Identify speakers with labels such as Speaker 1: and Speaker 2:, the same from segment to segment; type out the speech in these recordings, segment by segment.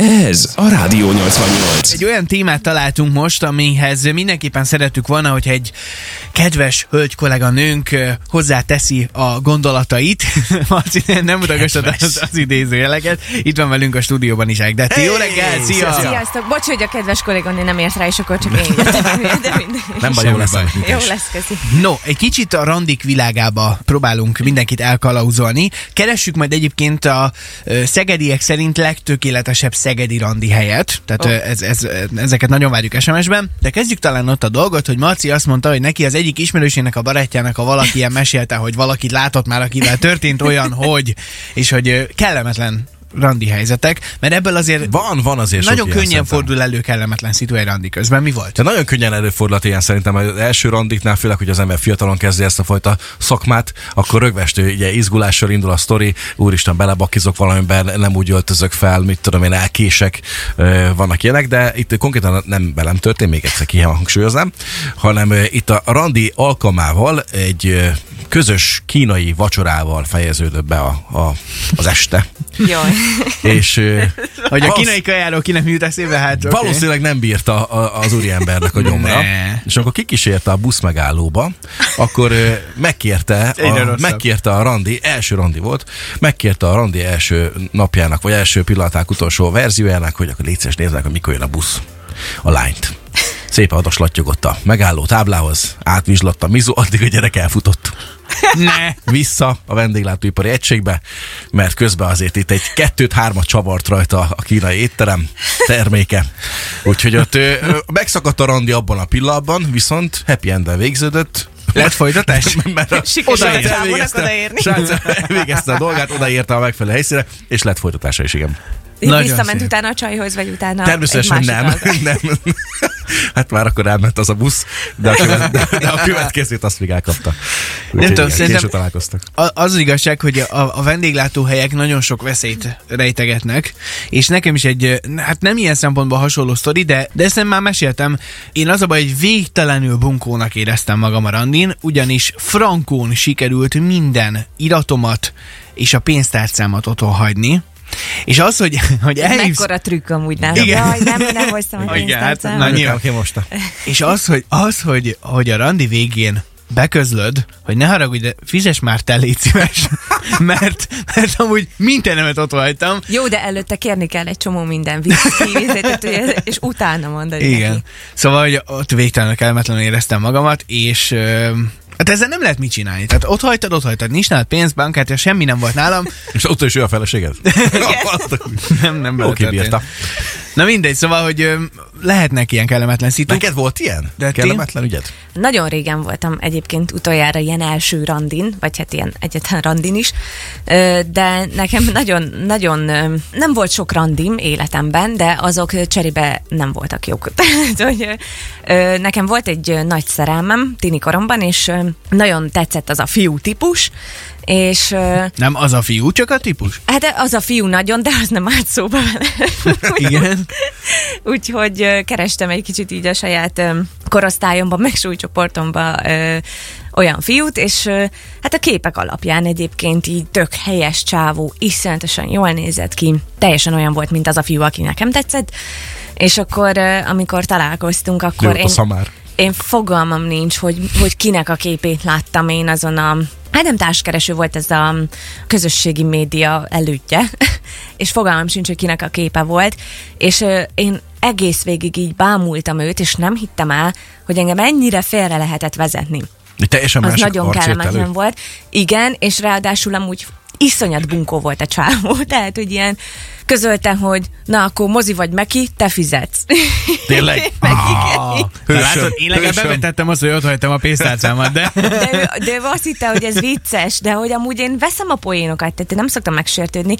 Speaker 1: Ez a Rádió 88.
Speaker 2: Hát, Egy olyan témát találtunk most, amihez mindenképpen szerettük volna, hogy egy kedves hölgy kolléganőnk ö, hozzáteszi a gondolatait. Marci, nem mutatod az, az idézőjeleket. Itt van velünk a stúdióban is Ágdetti. Jó reggel, szia!
Speaker 3: Sziasztok! Bocs, hogy a kedves kolléganő nem ért rá, és akkor csak én jöttem, de mindegy.
Speaker 4: Nem baj,
Speaker 2: Semmi
Speaker 4: jó lesz.
Speaker 2: baj.
Speaker 4: amit
Speaker 3: Jó
Speaker 4: is.
Speaker 3: lesz, köszi.
Speaker 2: No, egy kicsit a randik világába próbálunk mindenkit elkalauzolni. Keressük majd egyébként a ö, szegediek szerint legtökéletesebb szegedi randi helyet. Tehát oh. ez, ez, ezeket nagyon várjuk SMS-ben. De kezdjük talán ott a dolgot, hogy Marci azt mondta, hogy neki az egyik ismerősének, a barátjának, ha valaki ilyen mesélte, hogy valakit látott már, akivel történt olyan, hogy, és hogy ö, kellemetlen randi helyzetek, mert ebből azért
Speaker 4: Van, van azért sok
Speaker 2: nagyon
Speaker 4: ilyen
Speaker 2: könnyen
Speaker 4: szerintem.
Speaker 2: fordul elő kellemetlen szitu egy randi közben. Mi volt?
Speaker 4: De nagyon könnyen előfordulhat ilyen szerintem az első randiknál, főleg, hogy az ember fiatalon kezdi ezt a fajta szakmát, akkor rögvestő, ugye izgulással indul a sztori, úristen, belebakizok valamiben, nem úgy öltözök fel, mit tudom én, elkések, ö, vannak ilyenek, de itt konkrétan nem velem történt, még egyszer ki hangsúlyoznám, hanem ö, itt a randi alkalmával egy ö, közös kínai vacsorával fejeződött be a, a, az este.
Speaker 3: Jaj.
Speaker 4: És ö,
Speaker 2: Hogy a
Speaker 4: valósz-
Speaker 2: kínai kajáról ki nem jut eszébe, hát okay.
Speaker 4: Valószínűleg nem bírta a, az úriembernek a nyomra.
Speaker 2: Ne.
Speaker 4: és amikor kikísérte a busz megállóba, akkor ö, megkérte,
Speaker 2: Egyre
Speaker 4: a,
Speaker 2: rosszabb.
Speaker 4: megkérte a randi, első randi volt, megkérte a randi első napjának, vagy első pillanaták utolsó verziójának, hogy akkor légy szíves, nézzenek, hogy mikor jön a busz. A lányt. Szépen adaslattyogott a megálló táblához, átvizslatt a mizu, addig a gyerek elfutott
Speaker 2: Ne.
Speaker 4: vissza a vendéglátóipari egységbe, mert közben azért itt egy kettőt-hármat csavart rajta a kínai étterem terméke. Úgyhogy ott ö, ö, megszakadt a randi abban a pillanatban, viszont happy end végződött.
Speaker 2: Lett folytatás?
Speaker 4: Mert a
Speaker 3: Sikerült
Speaker 4: srác
Speaker 3: a csávónak
Speaker 4: elvégezte-
Speaker 3: odaérni.
Speaker 4: srác elvégezte a dolgát, odaérte a megfelelő helyszíne, és lett folytatása is, igen.
Speaker 3: Így
Speaker 2: Nagyon
Speaker 3: visszament
Speaker 2: szép.
Speaker 3: utána a csajhoz, vagy utána
Speaker 4: Természetesen
Speaker 3: egy
Speaker 4: nem.
Speaker 3: másikhoz.
Speaker 4: nem. Hát már akkor elment az a busz, de a, követ, de, de a következőt azt még elkapta. Úgyhogy
Speaker 2: tudom,
Speaker 4: igen,
Speaker 2: szerintem-
Speaker 4: később találkoztak.
Speaker 2: A- Az az igazság, hogy a, a vendéglátóhelyek nagyon sok veszélyt rejtegetnek, és nekem is egy, ö, hát nem ilyen szempontból hasonló sztori, de, de ezt nem már meséltem. Én az a baj, hogy végtelenül bunkónak éreztem magam a randin, ugyanis frankón sikerült minden iratomat és a pénztárcámat otthon hagyni, és az, hogy, hogy elhívsz...
Speaker 3: Mekkora trükk amúgy nálam.
Speaker 2: Igen.
Speaker 3: Jaj, nem, nem hoztam a
Speaker 2: Igen, hát
Speaker 3: pénztárcámat.
Speaker 2: nagy-
Speaker 4: Anyukám, ki most?
Speaker 2: És az, hogy, az, hogy, hogy a randi végén beközlöd, hogy ne haragudj, de fizes már te, légy szíves. mert, mert amúgy mindenemet ott hagytam.
Speaker 3: Jó, de előtte kérni kell egy csomó minden vízét, és utána mondani
Speaker 2: Igen.
Speaker 3: neki.
Speaker 2: Szóval, hogy ott végtelenül kellemetlenül éreztem magamat, és ö, Hát ezzel nem lehet mit csinálni. Tehát ott hajtad, ott hajtad, nincs nálad pénz, bankkártya, semmi nem volt nálam.
Speaker 4: És ott is ő a feleséged?
Speaker 2: Nem, nem
Speaker 4: Jó
Speaker 2: bele
Speaker 4: kibírta.
Speaker 2: történt. Na mindegy, szóval, hogy ö, lehetnek ilyen kellemetlen szituk.
Speaker 4: Neked volt ilyen?
Speaker 2: De ti?
Speaker 4: Kellemetlen ügyed?
Speaker 3: Nagyon régen voltam egyébként utoljára ilyen első randin, vagy hát ilyen egyetlen randin is, Ö, de nekem nagyon, nagyon ö, nem volt sok randim életemben, de azok ö, cserébe nem voltak jók. Tehát, hogy ö, ö, nekem volt egy ö, nagy szerelmem tini koromban, és ö, nagyon tetszett az a fiú típus, és ö,
Speaker 2: Nem az a fiú, csak a típus.
Speaker 3: hát az a fiú nagyon, de az nem állt szóba vele.
Speaker 2: Igen.
Speaker 3: Úgyhogy ö, kerestem egy kicsit így a saját ö, korosztályomban, meg súlycsoportomban ö, olyan fiút, és ö, hát a képek alapján egyébként így tök helyes csávó, iszonyatosan jól nézett ki, teljesen olyan volt, mint az a fiú, aki nekem tetszett, és akkor, ö, amikor találkoztunk, akkor
Speaker 4: Lőtt a szamár.
Speaker 3: én fogalmam nincs, hogy, hogy kinek a képét láttam én azon a... Hát nem társkereső volt ez a közösségi média elődje, és fogalmam sincs, hogy kinek a képe volt, és ö, én egész végig így bámultam őt, és nem hittem el, hogy engem ennyire félre lehetett vezetni.
Speaker 4: Egy Teljesen
Speaker 3: Az
Speaker 4: másik
Speaker 3: nagyon
Speaker 4: arc jött
Speaker 3: kellemetlen
Speaker 4: elő.
Speaker 3: volt. Igen, és ráadásul amúgy iszonyat bunkó volt a csávó, tehát hogy ilyen közölte, hogy na akkor mozi vagy meki, te fizetsz.
Speaker 4: Tényleg?
Speaker 3: Meg igen,
Speaker 2: Ah,
Speaker 4: Hősöm,
Speaker 2: látod, én legalább
Speaker 4: hősöm.
Speaker 2: bevetettem azt, hogy ott hagytam a pénztárcámat, de...
Speaker 3: De ő, de ő azt hitte, hogy ez vicces, de hogy amúgy én veszem a poénokat, tehát én nem szoktam megsértődni,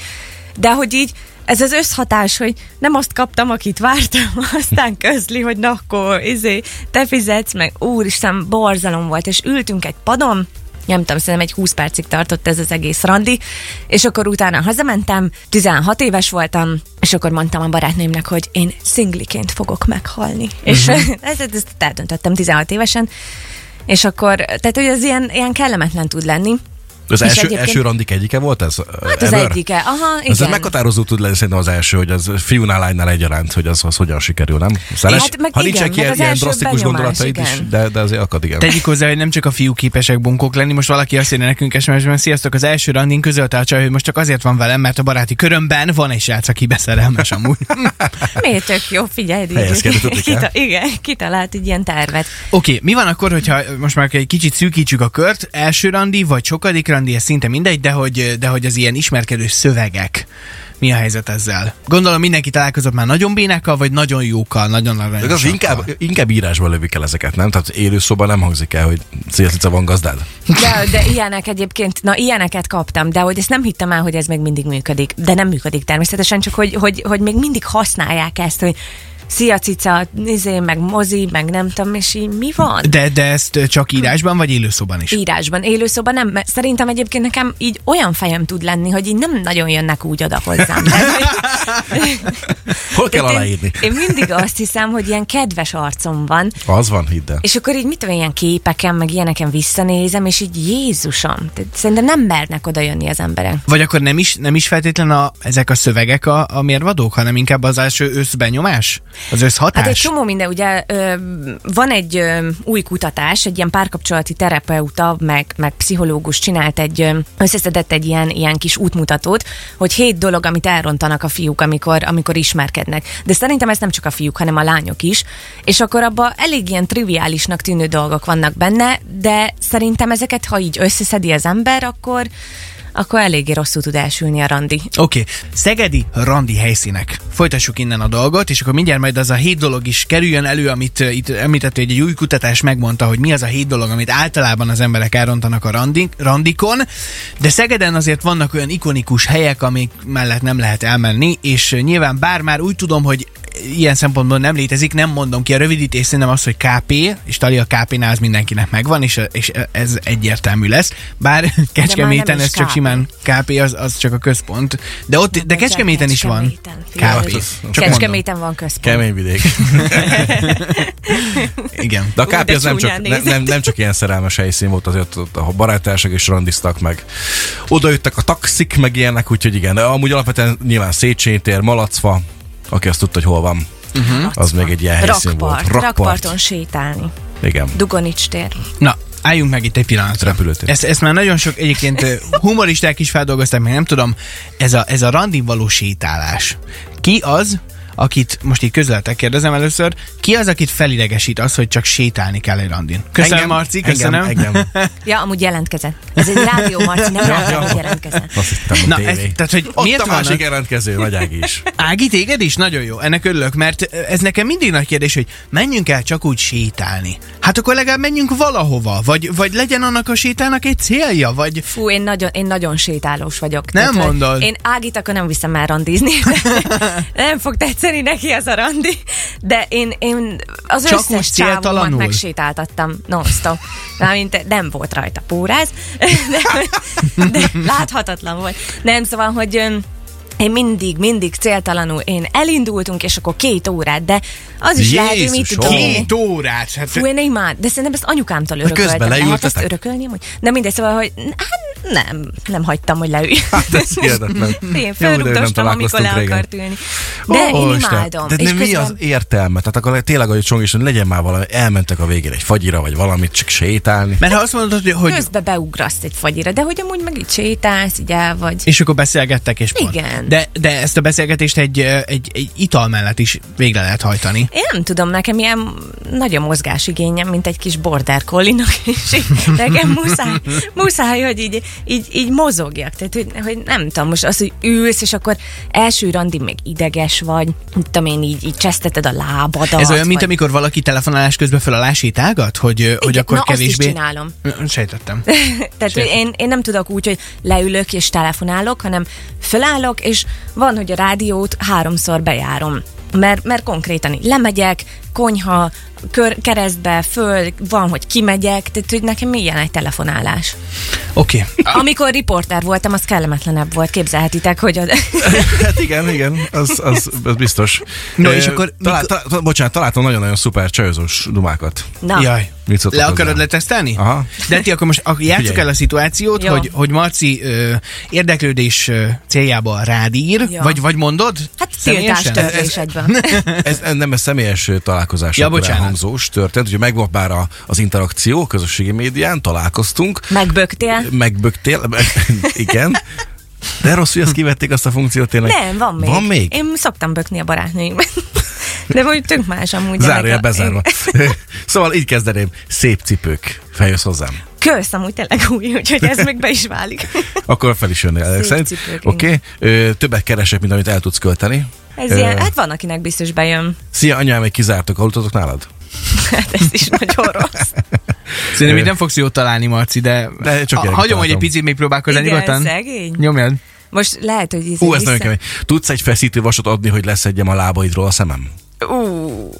Speaker 3: de hogy így ez az összhatás, hogy nem azt kaptam, akit vártam, aztán közli, hogy na akkor, izé, te fizetsz meg, úristen, borzalom volt, és ültünk egy padon, nem tudom, szerintem egy 20 percig tartott ez az egész randi, és akkor utána hazamentem, 16 éves voltam, és akkor mondtam a barátnőmnek, hogy én szingliként fogok meghalni. És ezt, ezt eldöntöttem 16 évesen, és akkor, tehát hogy ez ilyen, ilyen kellemetlen tud lenni.
Speaker 4: Az
Speaker 3: És
Speaker 4: első,
Speaker 3: egyébként-
Speaker 4: első randik egyike volt ez? eh,
Speaker 3: Hát az egyike, aha,
Speaker 4: Ez
Speaker 3: igen.
Speaker 4: meghatározó tud lenni szerintem az első, hogy az fiúnál, lánynál egyaránt, hogy az, az hogyan sikerül, nem? Szeres,
Speaker 3: Hát meg
Speaker 4: ha
Speaker 3: igen,
Speaker 4: nincsenek
Speaker 3: meg
Speaker 4: ilyen,
Speaker 3: az
Speaker 4: ilyen
Speaker 3: első
Speaker 4: drasztikus
Speaker 3: benyomás,
Speaker 4: gondolataid is,
Speaker 3: igen.
Speaker 4: de, de azért akad, igen.
Speaker 2: Tegyük hozzá, hogy nem csak a fiú képesek bunkók lenni, most valaki azt írja nekünk SMS-ben, sziasztok, az első randin közölte a csaj, hogy most csak azért van velem, mert a baráti körömben van egy srác, aki beszerelmes amúgy.
Speaker 3: Miért tök jó, figyelj,
Speaker 4: Helyezkedni tudni kell.
Speaker 3: Kita- igen, kitalált egy ilyen tervet.
Speaker 2: Oké, okay, mi van akkor, hogyha most már egy kicsit szűkítsük a kört, első randi vagy sokadik randi, ez szinte mindegy, de hogy, de hogy az ilyen ismerkedő szövegek, mi a helyzet ezzel? Gondolom mindenki találkozott már nagyon bénákkal, vagy nagyon jókkal, nagyon
Speaker 4: De az
Speaker 2: aranyosakkal.
Speaker 4: inkább, inkább írásban lövik el ezeket, nem? Tehát élőszóban nem hangzik el, hogy Cica van gazdád.
Speaker 3: De, de ilyenek egyébként, na ilyeneket kaptam, de hogy ezt nem hittem el, hogy ez még mindig működik. De nem működik természetesen, csak hogy, hogy, hogy még mindig használják ezt, hogy szia cica, izé, meg mozi, meg nem tudom, és így mi van?
Speaker 2: De, de ezt ö, csak írásban, vagy élőszóban is?
Speaker 3: Írásban, élőszóban nem, mert szerintem egyébként nekem így olyan fejem tud lenni, hogy így nem nagyon jönnek úgy oda hozzám.
Speaker 4: Hol kell
Speaker 3: Tehát
Speaker 4: aláírni?
Speaker 3: Én, én mindig azt hiszem, hogy ilyen kedves arcom van,
Speaker 4: Az van, hidd el.
Speaker 3: és akkor így mit tudom, ilyen képeken, meg ilyeneken visszanézem, és így Jézusom, tehát szerintem nem mernek oda jönni az emberek.
Speaker 2: Vagy akkor nem is, nem is feltétlen a, ezek a szövegek a, a mérvadók, hanem inkább az első összbenyomás, az összhatás?
Speaker 3: Hát egy csomó minden, ugye ö, van egy ö, új kutatás, egy ilyen párkapcsolati terapeuta, meg, meg pszichológus csinált egy, ö, összeszedett egy ilyen, ilyen kis útmutatót, hogy hét dolog, amit elrontanak a fiúk, amikor, amikor ismerkednek. De szerintem ez nem csak a fiúk, hanem a lányok is. És akkor abban elég ilyen triviálisnak tűnő dolgok vannak benne, de szerintem ezeket, ha így összeszedi az ember, akkor akkor eléggé rosszul tud elsülni a randi.
Speaker 2: Oké, okay. szegedi randi helyszínek. Folytassuk innen a dolgot, és akkor mindjárt majd az a hét dolog is kerüljön elő, amit uh, itt említett, hogy egy új kutatás megmondta, hogy mi az a hét dolog, amit általában az emberek elrontanak a randik, randikon. De Szegeden azért vannak olyan ikonikus helyek, amik mellett nem lehet elmenni, és uh, nyilván bár már úgy tudom, hogy ilyen szempontból nem létezik, nem mondom ki a rövidítés, szerintem az, hogy KP, és Tali a KP-nál az mindenkinek megvan, és, és ez egyértelmű lesz. Bár Kecskeméten
Speaker 3: is
Speaker 2: ez csak
Speaker 3: KP.
Speaker 2: simán KP az, az csak a központ. De ott, de
Speaker 3: Vagy a
Speaker 2: Kecskeméten is van.
Speaker 3: Kecskeméten, figyelj.
Speaker 2: KP.
Speaker 4: Hát, Csak
Speaker 3: Kecskeméten van központ.
Speaker 4: Kemény vidék.
Speaker 2: Mondom. Igen.
Speaker 4: De a
Speaker 3: Ú, de
Speaker 4: kápi az nem
Speaker 3: csúnyán
Speaker 4: csak, nem, nem,
Speaker 3: nézett.
Speaker 4: nem csak ilyen szerelmes helyszín volt, azért ott a barátársak is randiztak meg. Oda jöttek a taxik, meg ilyenek, úgyhogy igen. De Amúgy alapvetően nyilván Széchenyi tér, Malacva, aki azt tudta, hogy hol van. Uh-huh. Az még egy ilyen helyszín
Speaker 3: Rakpart.
Speaker 4: volt.
Speaker 3: Rakparton Hm? sétálni.
Speaker 4: Igen.
Speaker 3: Dugonics tér.
Speaker 2: Na, álljunk meg itt egy pillanatra.
Speaker 4: Repülőtér.
Speaker 2: Ezt, ezt már nagyon sok egyébként ö, humoristák is feldolgozták, még nem tudom. Ez a, ez a randin való sétálás. Ki az, akit most így közöltek, kérdezem először, ki az, akit felidegesít az, hogy csak sétálni kell egy randin? Köszönöm, engem, Marci, köszönöm.
Speaker 4: Engem, engem.
Speaker 3: Ja, amúgy jelentkezett. Ez egy rádió, Marci, nem rádió, hogy jelentkezett.
Speaker 4: Azt hittem,
Speaker 2: Na,
Speaker 4: Na,
Speaker 2: ez,
Speaker 4: ez,
Speaker 2: tehát, hogy
Speaker 4: Ott
Speaker 2: miért
Speaker 4: a
Speaker 2: vannak?
Speaker 4: másik jelentkező, Nagy Ági is.
Speaker 2: Ági, téged is? Nagyon jó, ennek örülök, mert ez nekem mindig nagy kérdés, hogy menjünk el csak úgy sétálni. Hát akkor legalább menjünk valahova, vagy, vagy legyen annak a sétának egy célja, vagy...
Speaker 3: Fú, én nagyon, én nagyon sétálós vagyok.
Speaker 2: Nem
Speaker 3: hogy
Speaker 2: mondod.
Speaker 3: Én Ágit akkor nem viszem el randizni. nem fog tetszeni neki ez a randi. De én, én az
Speaker 2: Csak
Speaker 3: összes
Speaker 2: úgy céltalanul?
Speaker 3: csávomat megsétáltattam non-stop. Mármint nem volt rajta póráz, de, de láthatatlan volt. Nem, szóval, hogy... öm, Én mindig, mindig céltalanul, én elindultunk, és akkor két órát, de az is lehet, hogy mit
Speaker 4: Jézusom!
Speaker 3: tudom én.
Speaker 2: Két órát! Hát,
Speaker 3: Fú, én imád, de szerintem ezt anyukámtól
Speaker 4: közben
Speaker 3: örököltem. Lehet ezt
Speaker 4: leültetek?
Speaker 3: örökölni amúgy? De mindegy, szóval, hogy hát nem, nem hagytam, hogy leülj.
Speaker 4: Hát ez
Speaker 3: Én
Speaker 4: hihetetlen. Jó, hogy nem
Speaker 3: felrúgdostam, amikor
Speaker 4: találkoztunk
Speaker 3: le
Speaker 4: régen.
Speaker 3: akart ülni. De
Speaker 4: Ó,
Speaker 3: oh, én
Speaker 4: Isten.
Speaker 3: imádom.
Speaker 4: De, de
Speaker 3: És
Speaker 4: mi az
Speaker 3: közben-
Speaker 4: értelme? Tehát akkor tényleg, ahogy Csong is mondja, legyen már valami, elmentek a végén egy fagyira, vagy valamit, csak sétálni.
Speaker 2: Mert ha azt mondod, hogy... hogy
Speaker 3: Közbe beugrasz egy fagyira, de hogy amúgy meg itt sétálsz, így el vagy.
Speaker 2: és akkor beszélgettek, és pont.
Speaker 3: Igen.
Speaker 2: De, de ezt a beszélgetést egy, ö, egy, egy ital mellett is végre lehet hajtani.
Speaker 3: Én nem tudom, nekem ilyen nagy a mozgásigényem, mint egy kis border collinak, és így nekem muszáj, muszáj hogy így, így, így mozogjak. Tehát, hogy, hogy, nem tudom, most az, hogy ülsz, és akkor első randi még ideges vagy, mit tudom én, így, így cseszteted a lábadat.
Speaker 2: Ez olyan, mint
Speaker 3: vagy...
Speaker 2: amikor valaki telefonálás közben föl alá sétálgat, hogy, ö, hogy
Speaker 3: Igen,
Speaker 2: akkor
Speaker 3: na, azt is
Speaker 2: kevésbé...
Speaker 3: csinálom.
Speaker 2: Sejtettem.
Speaker 3: Tehát hogy én, én nem tudok úgy, hogy leülök és telefonálok, hanem fölállok, és van, hogy a rádiót háromszor bejárom. Mert, mert konkrétan így lemegyek, konyha, kör, keresztbe, föl, van, hogy kimegyek, tehát hogy nekem milyen egy telefonálás.
Speaker 2: Oké. Okay.
Speaker 3: Amikor riporter voltam, az kellemetlenebb volt, képzelhetitek, hogy a...
Speaker 4: Hát igen, igen, az, az, az biztos.
Speaker 2: No,
Speaker 4: Ö,
Speaker 2: és akkor
Speaker 4: Talál,
Speaker 2: mikor-
Speaker 4: talál, talál, bocsánat, találtam nagyon-nagyon szuper csajozós dumákat.
Speaker 3: Na,
Speaker 2: Jaj.
Speaker 4: Mit szóltok
Speaker 2: Le
Speaker 4: hozzá?
Speaker 2: akarod letesztelni?
Speaker 4: Aha.
Speaker 2: De ti akkor most ak- játsszuk
Speaker 4: Figyelj.
Speaker 2: el a szituációt,
Speaker 3: Jó.
Speaker 2: hogy, hogy Marci ö, érdeklődés ö, céljába rád ír,
Speaker 3: Jó.
Speaker 2: vagy, vagy mondod?
Speaker 3: Hát
Speaker 2: Személyesen?
Speaker 3: tiltástörlés egyben.
Speaker 4: Ez nem ez személyes találkozás,
Speaker 2: Ja,
Speaker 4: akkor
Speaker 2: bocsánat.
Speaker 4: elhangzós történt, hogy megvolt már a, az interakció, közösségi médián, találkoztunk,
Speaker 3: Megböktél?
Speaker 4: megböktél, igen, de rosszul, hogy ezt kivették azt a funkciót tényleg.
Speaker 3: Nem, van még.
Speaker 4: Van még?
Speaker 3: Én szoktam bökni a barátnőimben. De mondjuk tök más amúgy.
Speaker 4: Zárója
Speaker 3: ennek a-
Speaker 4: bezárva. szóval így kezdeném. Szép cipők. Feljössz hozzám.
Speaker 3: Kösz, amúgy tényleg új, úgyhogy ez még be is válik.
Speaker 4: Akkor fel is jönnél ezek
Speaker 3: Szép
Speaker 4: szerint.
Speaker 3: cipők,
Speaker 4: Oké. Okay. Többet keresek, mint amit el tudsz költeni.
Speaker 3: Ez
Speaker 4: Ö,
Speaker 3: ilyen, hát van, akinek biztos bejön.
Speaker 4: Szia, anyám, egy kizártok. Aludtatok nálad?
Speaker 3: Hát ez is nagyon rossz.
Speaker 2: Szerintem itt nem fogsz jót találni, Marci, de,
Speaker 4: De csak
Speaker 2: a, hagyom,
Speaker 4: elkitaláltam.
Speaker 2: hogy egy picit még próbálkozz,
Speaker 3: Igen,
Speaker 2: nyugodtan.
Speaker 3: szegény.
Speaker 2: Nyomjad.
Speaker 3: Most lehet, hogy ez
Speaker 4: Ú, ez nagyon kemény. Tudsz egy feszítő vasat adni, hogy leszedjem a lábaidról a szemem?
Speaker 3: Ú,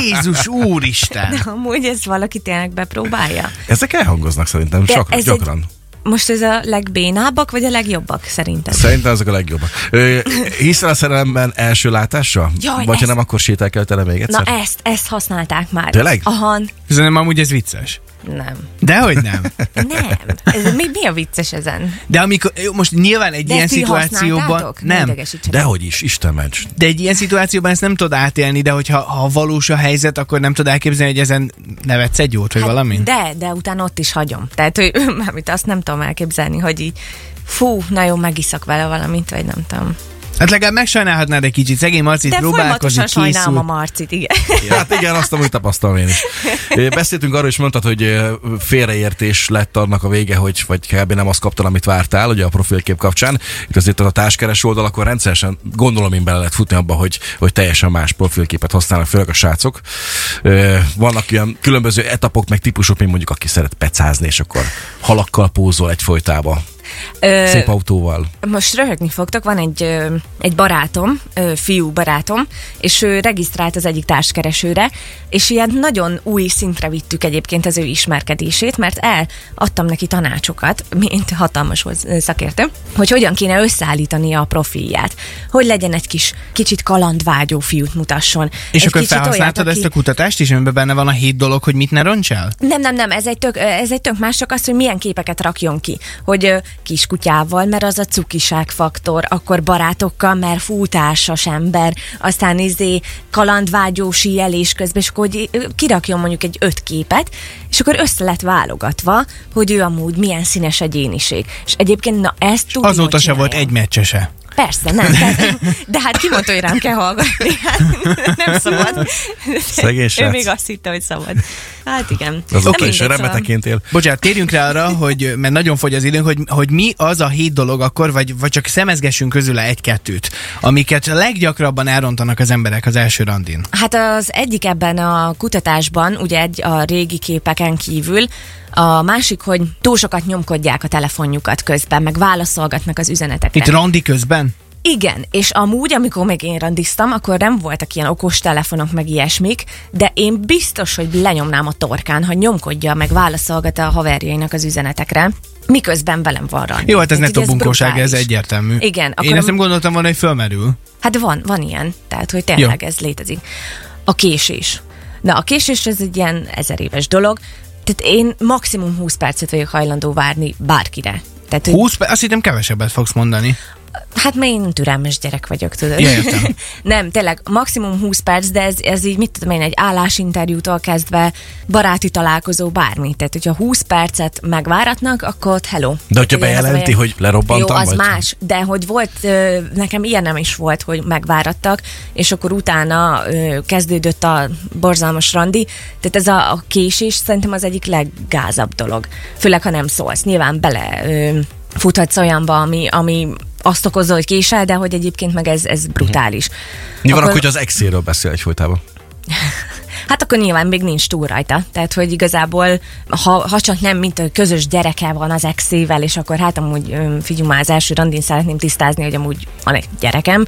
Speaker 2: Jézus úristen!
Speaker 3: de amúgy ez valaki tényleg bepróbálja.
Speaker 4: Ezek elhangoznak szerintem,
Speaker 3: De
Speaker 4: csak,
Speaker 3: ez
Speaker 4: gyakran.
Speaker 3: Egy, most ez a legbénábbak, vagy a legjobbak szerinted?
Speaker 4: Szerintem ezek a legjobbak. Ö, hiszel a szerelemben első látásra?
Speaker 3: Jaj,
Speaker 4: Vagy ha
Speaker 3: ez-
Speaker 4: nem, akkor sétál kell tele még
Speaker 3: Na
Speaker 4: egyszer?
Speaker 3: ezt, ezt használták már.
Speaker 4: Tényleg?
Speaker 3: Ahan,
Speaker 2: Szerintem amúgy ez vicces.
Speaker 3: nem.
Speaker 2: Dehogy nem.
Speaker 3: Nem. Ez, mi, mi a vicces ezen?
Speaker 2: De amikor, jó, most nyilván egy
Speaker 3: De
Speaker 2: ilyen
Speaker 3: ezt ti
Speaker 2: szituációban...
Speaker 3: használtátok? Ne
Speaker 2: Nem.
Speaker 3: idegesítsetek.
Speaker 4: Dehogy is, Isten ments.
Speaker 2: De egy ilyen szituációban ezt nem tud átélni, de hogyha ha valós a helyzet, akkor nem tud elképzelni, hogy ezen nevetsz egy jót, vagy
Speaker 3: Hát
Speaker 2: valami?
Speaker 3: De, de utána ott is hagyom. Tehát, hogy mármint azt nem tudom elképzelni, hogy így fú, na jó, megiszak vele valamit, vagy nem tudom.
Speaker 2: Hát legalább megsajnálhatnád egy kicsit, szegény Marci
Speaker 3: De
Speaker 2: próbálkozik,
Speaker 3: folyamatosan sajnálom a
Speaker 2: készül.
Speaker 3: Marcit, igen.
Speaker 4: Hát igen, azt amúgy tapasztalom én is. Ö, Beszéltünk arról, és mondtad, hogy ö, félreértés lett annak a vége, hogy vagy kb. nem azt kaptad, amit vártál, ugye a profilkép kapcsán. Itt azért a társkeres oldal, akkor rendszeresen gondolom én bele lehet futni abba, hogy, hogy teljesen más profilképet használnak, főleg a srácok. Ö, Vannak ilyen különböző etapok, meg típusok, mint mondjuk aki szeret pecázni, és akkor halakkal pózol egyfolytában,
Speaker 3: Ö,
Speaker 4: szép autóval.
Speaker 3: most röhögni fogtok, van egy, ö, egy barátom, ö, fiú barátom, és ő regisztrált az egyik társkeresőre, és ilyen nagyon új szintre vittük egyébként az ő ismerkedését, mert eladtam neki tanácsokat, mint hatalmas hoz- szakértő, hogy hogyan kéne összeállítani a profilját, hogy legyen egy kis, kicsit kalandvágyó fiút mutasson.
Speaker 2: És
Speaker 3: egy
Speaker 2: akkor
Speaker 3: kicsit
Speaker 2: felhasználtad
Speaker 3: olyat,
Speaker 2: ezt
Speaker 3: aki-
Speaker 2: a kutatást is, amiben benne van a hét dolog, hogy mit ne roncsál?
Speaker 3: nem, nem, nem, ez egy, tök, ez egy tök más, csak az, hogy milyen képeket rakjon ki. Hogy ö, kiskutyával, mert az a cukiság faktor, akkor barátokkal, mert futársas ember, aztán izé kalandvágyó síelés közben, és akkor hogy, ö, kirakjon mondjuk egy öt képet, és akkor össze lett válogatva, hogy ő amúgy milyen színes egyéniség. És egyébként, na ezt tudja.
Speaker 2: Azóta se volt egy meccsese.
Speaker 3: Persze, nem. Tehát, de hát ki mondta, hogy rám kell hallgatni. Hát, nem szabad.
Speaker 4: Szegény
Speaker 3: Ő
Speaker 4: srác.
Speaker 3: még azt hitte, hogy szabad. Hát igen.
Speaker 4: Az
Speaker 3: Na
Speaker 4: ott is
Speaker 3: mindegy, szóval.
Speaker 4: remeteként él.
Speaker 2: Bocsánat, térjünk rá arra, hogy, mert nagyon fogy az időnk, hogy, hogy mi az a hét dolog akkor, vagy, vagy csak szemezgessünk közül egy-kettőt, amiket a leggyakrabban elrontanak az emberek az első randin.
Speaker 3: Hát az egyik ebben a kutatásban, ugye egy a régi képeken kívül, a másik, hogy túl sokat nyomkodják a telefonjukat közben, meg válaszolgatnak az üzenetekre.
Speaker 2: Itt randi közben?
Speaker 3: Igen, és amúgy, amikor még én randiztam, akkor nem voltak ilyen okos telefonok, meg ilyesmik, de én biztos, hogy lenyomnám a torkán, ha nyomkodja, meg válaszolgat a haverjainak az üzenetekre, miközben velem van randi.
Speaker 2: Jó, hát ez
Speaker 3: Tehát
Speaker 2: netó
Speaker 3: ugye
Speaker 2: bunkóság, ez
Speaker 3: brutális.
Speaker 2: egyértelmű.
Speaker 3: Igen,
Speaker 2: Akkor Én
Speaker 3: akkor
Speaker 2: ezt nem gondoltam volna, hogy fölmerül.
Speaker 3: Hát van, van ilyen, tehát hogy tényleg Jó. ez létezik. A késés. Na, a késés ez egy ilyen ezer éves dolog, tehát én maximum 20 percet vagyok hajlandó várni bárkire. Tehát, hogy,
Speaker 2: 20 perc, azt hittem kevesebbet fogsz mondani.
Speaker 3: hát mert én türelmes gyerek vagyok, tudod.
Speaker 2: Ja, értem.
Speaker 3: Nem, tényleg, maximum 20 perc, de ez, ez így, mit tudom én, egy állásinterjútól kezdve, baráti találkozó, bármi. Tehát, hogyha 20 percet megváratnak, akkor ott hello.
Speaker 4: De hogyha
Speaker 3: Ugye, hát
Speaker 4: bejelenti,
Speaker 3: olyan-
Speaker 4: hogy lerobbantam,
Speaker 3: Jó, az
Speaker 4: vagy-
Speaker 3: más, de hogy volt, ö, nekem ilyen nem is volt, hogy megvárattak, és akkor utána ö, kezdődött a borzalmas randi. Tehát ez a, a késés szerintem az egyik leggázabb dolog. Főleg, ha nem szólsz. Nyilván bele ö, futhatsz olyanba, ami, ami azt okozza, hogy késel, de hogy egyébként meg ez, ez brutális.
Speaker 4: Mi van akkor, hogy az exéről beszél egyfolytában?
Speaker 3: Hát akkor nyilván még nincs túl rajta. Tehát, hogy igazából, ha, ha csak nem, mint a közös gyereke van az exével, és akkor hát amúgy öm, figyelj már az első randin szeretném tisztázni, hogy amúgy van egy gyerekem.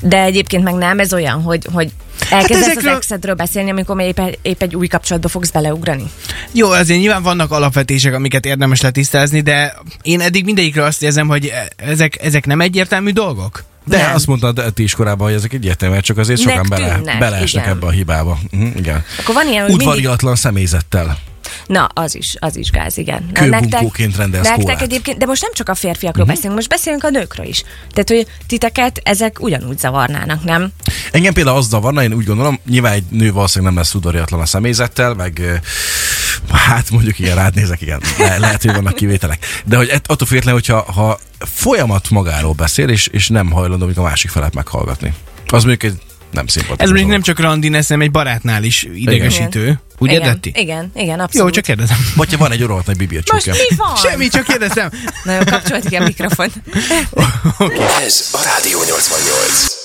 Speaker 3: De egyébként meg nem, ez olyan, hogy, hogy elkezdesz hát
Speaker 2: ezekről-
Speaker 3: az exedről beszélni, amikor még épp, épp egy új kapcsolatba fogsz beleugrani.
Speaker 2: Jó, azért nyilván vannak alapvetések, amiket érdemes letisztázni, de én eddig mindegyikről azt érzem, hogy e- ezek, ezek nem egyértelmű dolgok.
Speaker 4: De
Speaker 3: Nem.
Speaker 4: nem. azt mondtad eh, ti is korábban, hogy ezek egyértelműen csak azért
Speaker 3: Nek
Speaker 4: sokan bele,
Speaker 3: tűnnek,
Speaker 4: beleesnek
Speaker 3: igen.
Speaker 4: ebbe a hibába. Mhm, igen.
Speaker 3: Akkor van ilyen, hogy mindig...
Speaker 4: Udvariatlan személyzettel.
Speaker 3: Na, az is, az is gáz, igen. Na,
Speaker 4: Kőbunkóként rendelsz
Speaker 3: nektek
Speaker 4: kólát.
Speaker 3: egyébként, de most nem csak a férfiakról uh-huh. beszélünk, most beszélünk a nőkről is. Tehát, hogy titeket ezek ugyanúgy zavarnának, nem?
Speaker 4: Engem például az zavarna, én úgy gondolom, nyilván egy nő valószínűleg nem lesz udvariatlan a személyzettel, meg ö, hát mondjuk igen, rád nézek, igen, le, lehet, hogy vannak kivételek. De hogy ett- attól függetlenül, hogyha ha folyamat magáról beszél, és, és nem hajlandó mondjuk a másik felet meghallgatni. Az mondjuk egy nem szimpatikus.
Speaker 2: Ez mondjuk
Speaker 4: dolog.
Speaker 2: nem csak randin, ez nem egy barátnál is idegesítő. Igen. Ugye,
Speaker 3: igen,
Speaker 2: Detti?
Speaker 3: Igen, igen, abszolút.
Speaker 2: Jó, csak kérdezem.
Speaker 4: Vagy ha van egy rohadt nagy bibircsúke.
Speaker 3: Most mi van?
Speaker 2: Semmi, csak kérdezem.
Speaker 3: Na jó, kapcsolt ki a mikrofon.
Speaker 1: Ez a Rádió 88.